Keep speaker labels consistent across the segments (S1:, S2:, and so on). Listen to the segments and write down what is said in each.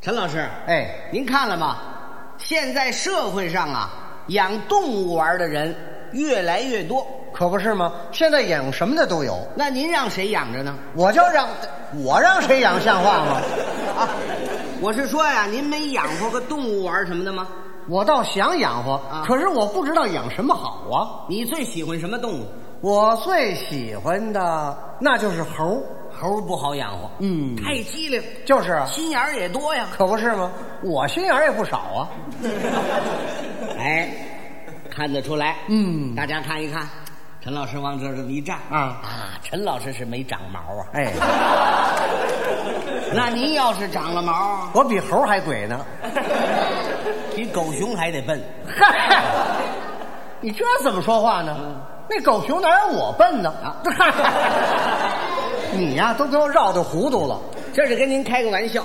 S1: 陈老师，
S2: 哎，您看了吗？现在社会上啊，养动物玩的人越来越多。
S3: 可不是吗？现在养什么的都有，
S2: 那您让谁养着呢？
S3: 我就让我让谁养像话吗？
S2: 啊，我是说呀，您没养活个动物玩什么的吗？
S3: 我倒想养活，
S2: 啊
S3: 可是我不知道养什么好啊。
S2: 你最喜欢什么动物？
S3: 我最喜欢的那就是猴儿，
S2: 猴儿不好养活，
S3: 嗯
S2: 太机灵，
S3: 就是啊，
S2: 心眼儿也多呀。
S3: 可不是吗？我心眼儿也不少啊。
S2: 哎，看得出来。
S3: 嗯
S2: 大家看一看，陈老师往这儿这么一站
S3: 啊
S2: 啊，陈老师是没长毛啊。
S3: 哎，
S2: 那您要是长了毛，
S3: 我比猴儿还鬼呢。
S2: 比狗熊还得笨。
S3: 嗨，你这怎么说话呢？那狗熊哪有我笨呢？ 你呀、都给我绕的糊涂了。
S2: 这是跟您开个玩笑。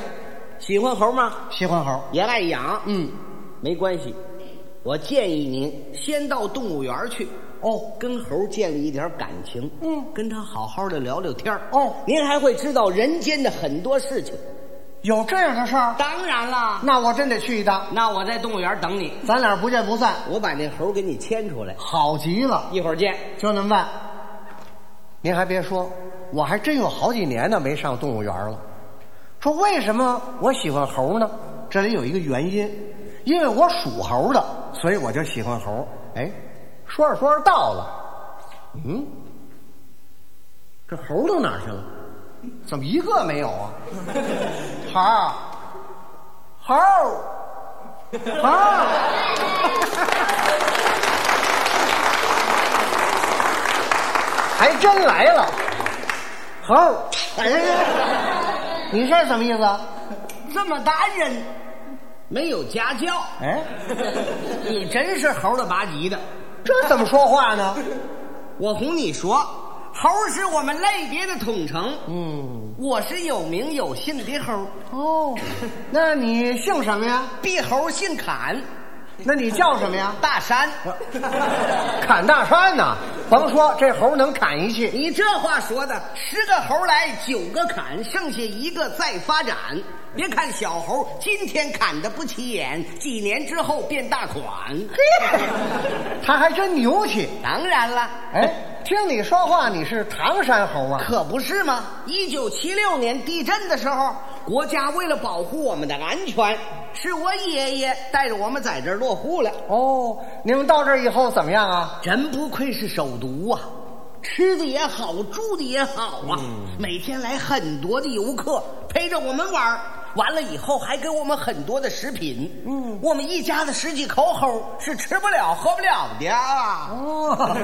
S2: 喜欢猴吗？
S3: 喜欢猴儿，
S2: 也爱养，
S3: 嗯，
S2: 没关系。我建议您先到动物园去
S3: 哦，
S2: 跟猴建立一点感情，
S3: 嗯
S2: 跟他好好的聊聊天儿
S3: 哦
S2: 您还会知道人间的很多事情。
S3: 有这样的事儿，
S2: 当然啦，
S3: 那我真得去一趟。
S2: 那我在动物园等你，
S3: 咱俩不见不散，
S2: 我把那猴给你牵出来，
S3: 好极了，
S2: 一会儿见。
S3: 就那么办。您还别说，我还真有好几年呢没上动物园了。说为什么我喜欢猴呢？这里有一个原因，因为我属猴的，所以我就喜欢猴。哎，说着说着到了，嗯，这猴都哪儿去了？怎么一个没有啊？ 猴儿，猴儿，猴儿。还真来了，猴儿，哎，你这什么意思啊？
S2: 这么大人，没有家教，
S3: 哎，
S2: 你真是猴了吧唧的。
S3: 这怎么说话呢？
S2: 我同你说，猴是我们类别的统称。
S3: 嗯，
S2: 我是有名有姓的猴，
S3: 哦，那你姓什么呀？
S2: 碧猴姓侃，
S3: 那你叫什么呀？
S2: 大山。
S3: 砍大山呐、甭说这猴儿能砍一气，
S2: 你这话说的，十个猴来九个砍，剩下一个再发展。别看小猴今天砍的不起眼，几年之后变大款。
S3: 他还真牛气。
S2: 当然了，
S3: 哎，听你说话，你是唐山猴啊？
S2: 可不是吗？一九七六年地震的时候，国家为了保护我们的安全，是我爷爷带着我们在这儿落户了。
S3: 哦，你们到这儿以后怎么样啊？
S2: 真不愧是首都啊，吃的也好，住的也好啊，每天来很多的游客陪着我们玩儿，完了以后还给我们很多的食品。嗯，我们一家子十几口猴是吃不了喝不了的啊，
S3: 哦，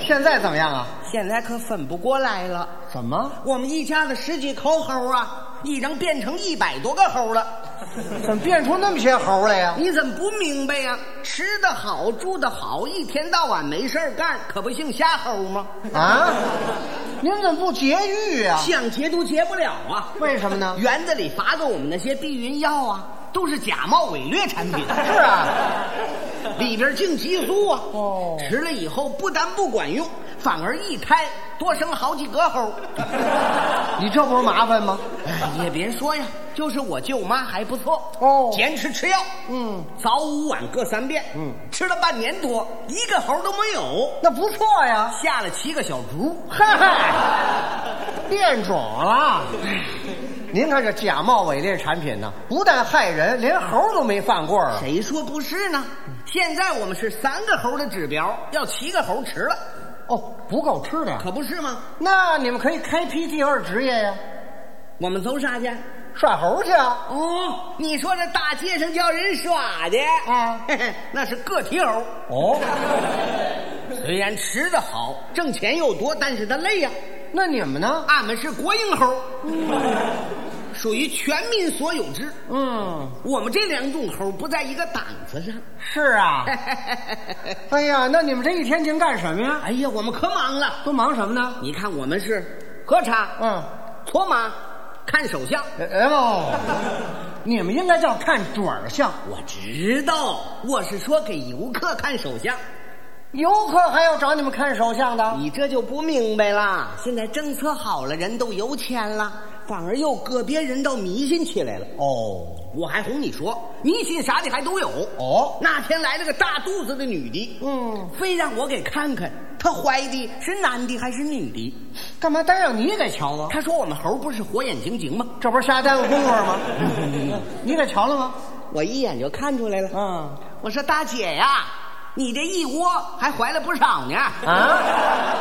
S3: 现在怎么样啊？
S2: 现在可粉不过来了。
S3: 怎么？
S2: 我们一家子十几口猴啊，已经变成一百多个猴了。
S3: 怎么变出那么些猴儿来呀、
S2: 你怎么不明白呀、啊吃的好，住的好，一天到晚没事儿干，可不姓瞎猴吗？
S3: 啊？您怎么不节育啊？
S2: 想劫都劫不了啊！
S3: 为什么呢？
S2: 园子里罚给我们那些避孕药啊，都是假冒伪劣产品。
S3: 是啊，
S2: 里边净激素啊，
S3: 哦
S2: 吃了以后不但不管用，反而一胎多生好几个猴。
S3: 你这不是麻烦吗？
S2: 哎也别说呀，就是我舅妈还不错
S3: 哦
S2: 坚持吃药，
S3: 嗯，
S2: 早午晚各三遍，嗯，吃了半年多，一个猴都没有，
S3: 那不错呀，
S2: 下了七个小猪。
S3: 嗨，变种了。您看这假冒伪劣产品呢，不但害人，连猴儿都没放过啊！
S2: 谁说不是呢？现在我们是三个猴的指标，要七个猴吃了，
S3: 哦，不够吃的呀。
S2: 可不是吗？
S3: 那你们可以开辟第二职业呀，
S2: 我们走啥去？
S3: 耍猴儿去啊！
S2: 哦，你说这大街上叫人耍的
S3: 啊
S2: 嘿嘿，那是个体猴。
S3: 哦，
S2: 虽然吃的好，挣钱又多，但是他累呀、
S3: 那你们呢？
S2: 俺们是国营猴，属于全民所有制。
S3: 嗯，
S2: 我们这两种猴不在一个档次上。
S3: 是啊。哎呀，那你们这一天净干什么呀？
S2: 哎呀，我们可忙了。
S3: 都忙什么呢？
S2: 你看，我们是喝茶、
S3: 嗯，
S2: 搓麻、看手相。
S3: 哎呦，你们应该叫看准儿相，
S2: 我知道，我是说给游客看手相。
S3: 游客还要找你们看手相的。
S2: 你这就不明白啦！现在政策好了，人都有钱了，反而又搁别人到迷信起来了。
S3: 哦
S2: 我还哄你说，迷信啥的还都有。
S3: 哦，
S2: 那天来了个大肚子的女的，
S3: 嗯，
S2: 非让我给看看她怀的是男的还是女的。
S3: 干嘛单让你给瞧啊？
S2: 她说我们猴不是火眼金睛吗？
S3: 这不是瞎耽误工夫吗？ 你给瞧了吗？
S2: 我一眼就看出来了。
S3: 嗯
S2: 啊我说大姐呀，你这一窝还怀了不少呢。
S3: 啊，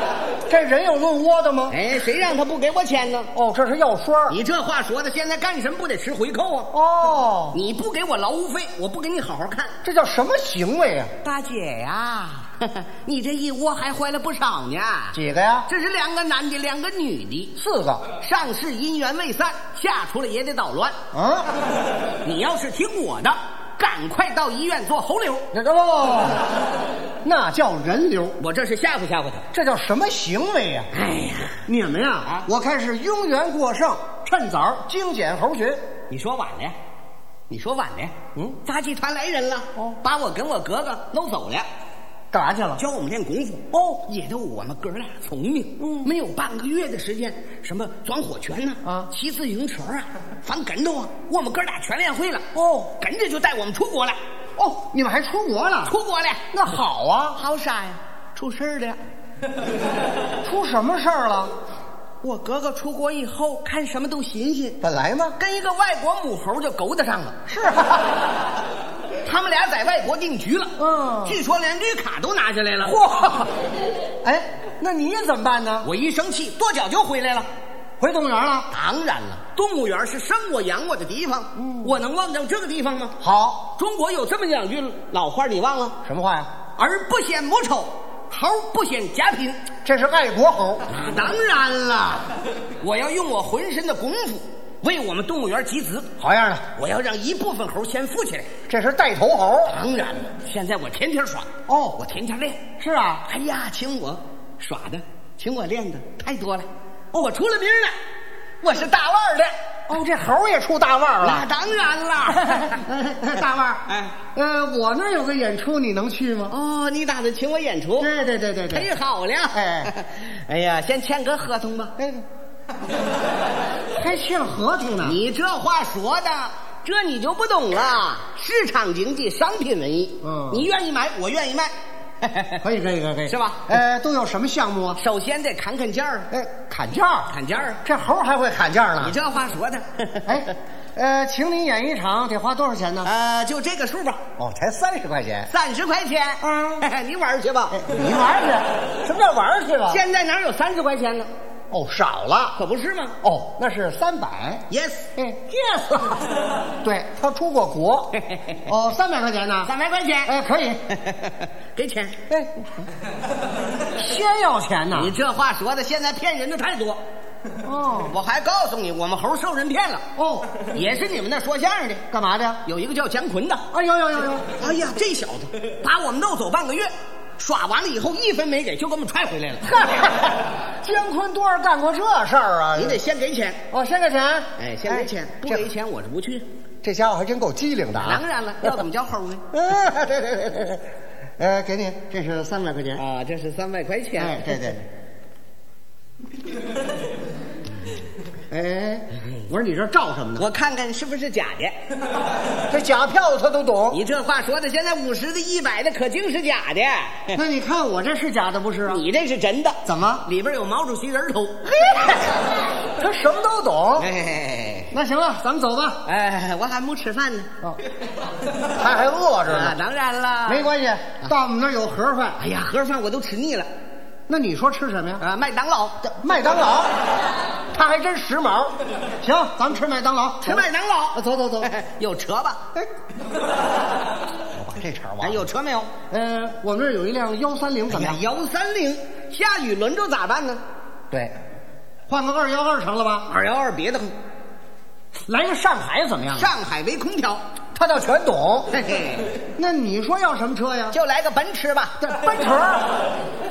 S3: 这人有论窝的吗？
S2: 哎，谁让他不给我钱呢？
S3: 哦，这是药栓儿
S2: 你这话说的，现在干什么不得吃回扣啊？
S3: 哦，
S2: 你不给我劳务费，我不给你好好看。
S3: 这叫什么行为啊？
S2: 大姐呀， 你这一窝还怀了不少呢。
S3: 几个呀？
S2: 这是两个男的，两个女的，
S3: 四个。
S2: 上世姻缘未散，下出来也得捣乱。
S3: 啊，
S2: 你要是听我的，赶快到医院做喉瘤。
S3: 那哦，那叫人流，
S2: 我这是吓唬吓唬他。
S3: 这叫什么行为呀、
S2: 哎呀，
S3: 你们呀、
S2: 啊
S3: 我看是庸源过剩，趁早精简猴群。
S2: 你说晚了呀？你说晚了呀？
S3: 嗯，
S2: 杂技团来人了，
S3: 哦
S2: 把我跟我哥哥弄走了，
S3: 干啥去了？
S2: 教我们练功夫。哦，也都我们哥俩聪明，嗯，没有半个月的时间，什么钻火圈呐、
S3: 啊
S2: 骑自行车啊，翻跟头啊，我们哥俩全练会了。
S3: 哦
S2: 跟着就带我们出国了，
S3: 哦，你们还出国了？
S2: 出国了，
S3: 那好啊，
S2: 好傻呀，出事儿了。
S3: 出什么事儿了？
S2: 我哥哥出国以后，看什么都新鲜，
S3: 本来嘛，
S2: 跟一个外国母猴就勾搭上了。
S3: 是啊，
S2: 他们俩在外国定居了，
S3: 嗯
S2: 据说连绿卡都拿下来了。
S3: 嚯， 哎，那你怎么办呢？
S2: 我一生气，跺脚就回来了。
S3: 回动物园了？
S2: 当然了，动物园是生我养我的地方，
S3: 嗯
S2: 我能忘掉这个地方吗？
S3: 好，
S2: 中国有这么两句老话，你忘了？
S3: 什么话呀？
S2: 儿不显母丑，猴不显家贫。
S3: 这是爱国猴，
S2: 当然了，我要用我浑身的功夫为我们动物园集资，
S3: 好样的，
S2: 我要让一部分猴先富起来。
S3: 这是带头猴。
S2: 当然了，现在我天天耍，
S3: 哦
S2: 我天天练。
S3: 是啊，
S2: 哎呀，请我耍的，请我练的太多了，我出了名了，我是大腕儿的。
S3: 哦，这猴也出大腕儿
S2: 那
S3: 了。
S2: 当然 啦，啊 大腕儿，哎，
S3: 呃，我那儿有个演出，你能去吗？
S2: 哦，你打算请我演出？
S3: 对对对对对，
S2: 忒好了，
S3: 哎，
S2: 哎呀， 先签个合同吧。
S3: 哎，还签合同 呢？
S2: 你这话说的，这你就不懂了。市场经济、商品文艺，
S3: 嗯
S2: 你愿意买，我愿意卖。
S3: 可以可以可以可以，
S2: 是吧
S3: 呃，都有什么项目啊？
S2: 首先得砍砍价儿，
S3: 哎，砍价，
S2: 砍价儿。
S3: 这猴还会砍价呢
S2: 你。这话说的，
S3: 哎，呃，请你演一场得花多少钱呢？
S2: 呃，就这个数吧，
S3: 哦，才三十块钱。
S2: 三十块钱。
S3: 嗯
S2: 你玩儿去吧。
S3: 你玩去？什么叫玩去了？
S2: 现在哪有三十块钱呢？
S3: 哦，少了。
S2: 可不是吗
S3: 哦，那是三百。
S2: ？Yes，
S3: 哎，yes，对他出过 国。哦，三百块钱呢？
S2: 三百块钱，
S3: 哎，可以。
S2: 给钱。
S3: 哎，先要钱呢
S2: 你这话说的，现在骗人的太多。
S3: 哦
S2: 我还告诉你，我们猴受人骗了，
S3: 哦，
S2: 也是你们那说相声的，
S3: 干嘛的？
S2: 有一个叫姜昆的。
S3: 哎呦呦呦呦！
S2: 哎呀，这小子把我们弄走半个月，耍完了以后一分没给，就给我们踹回来了。
S3: 姜昆多少干过 这事儿啊？
S2: 你得先给钱，
S3: 哦，先给钱。
S2: 哎，先给钱，不给
S3: 这
S2: 钱我是不去。
S3: 这家伙还真够机灵的啊
S2: 当！然了，要怎么叫猴 呢？
S3: 哎对对对对对，呃，给你，这是三百块钱。
S2: 啊，这是三百块钱。
S3: 哎，对对。哎，我说你这照什么呢？
S2: 我看看是不是假的。
S3: 这假票他都懂。
S2: 你这话说的，现在五十的、一百的可净是假 的，
S3: 那你看我这是假的不是啊？
S2: 你这是真的。
S3: 怎么？
S2: 里边有毛主席人头。
S3: 他什么都懂。
S2: 哎
S3: 那行了，咱们走吧。
S2: 哎，我还没吃饭呢。
S3: 哦，他还饿着
S2: 啊，
S3: 呢。
S2: 当然了。
S3: 没关系，到我们那儿有盒饭。
S2: 哎哎呀，盒饭我都吃腻了
S3: 那你说吃什么呀？
S2: 啊！麦当劳，
S3: 麦当劳，
S2: 哎
S3: 他还真时 髦。行，咱们吃麦当劳，啊
S2: 吃麦当 劳，
S3: 走走走。
S2: 有车吧？
S3: 哎，我把这茬忘
S2: 哎，
S3: 了。
S2: 有车没有？
S3: 呃，我们这儿有一辆幺三零，怎
S2: 哎
S3: 么
S2: 呀
S3: 样？，
S2: 幺三零，下雨轮着咋办呢？
S3: 对，换个二幺二成了吧？
S2: 二幺二别的，
S3: 来个上海怎么样？啊
S2: 上海为空调，
S3: 他倒全懂。
S2: 嘿嘿，
S3: 那你说要什么车呀？
S2: 就来个奔驰吧。
S3: 这 奔驰，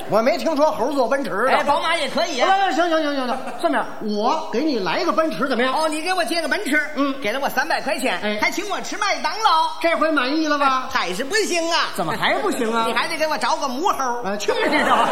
S3: 我没听说猴坐奔驰的。
S2: 哎，宝马也可以啊。
S3: 哎，行行行行行，这么样，我给你来一个奔驰怎么样？
S2: 哦，你给我借个奔驰，
S3: 嗯
S2: 给了我三百块钱，
S3: 哎
S2: 还请我吃麦当劳，
S3: 这回满意了吧？
S2: 哎还是不行啊？
S3: 怎么还不行啊
S2: 你还得给我找个母猴。
S3: 呃，去你的吧！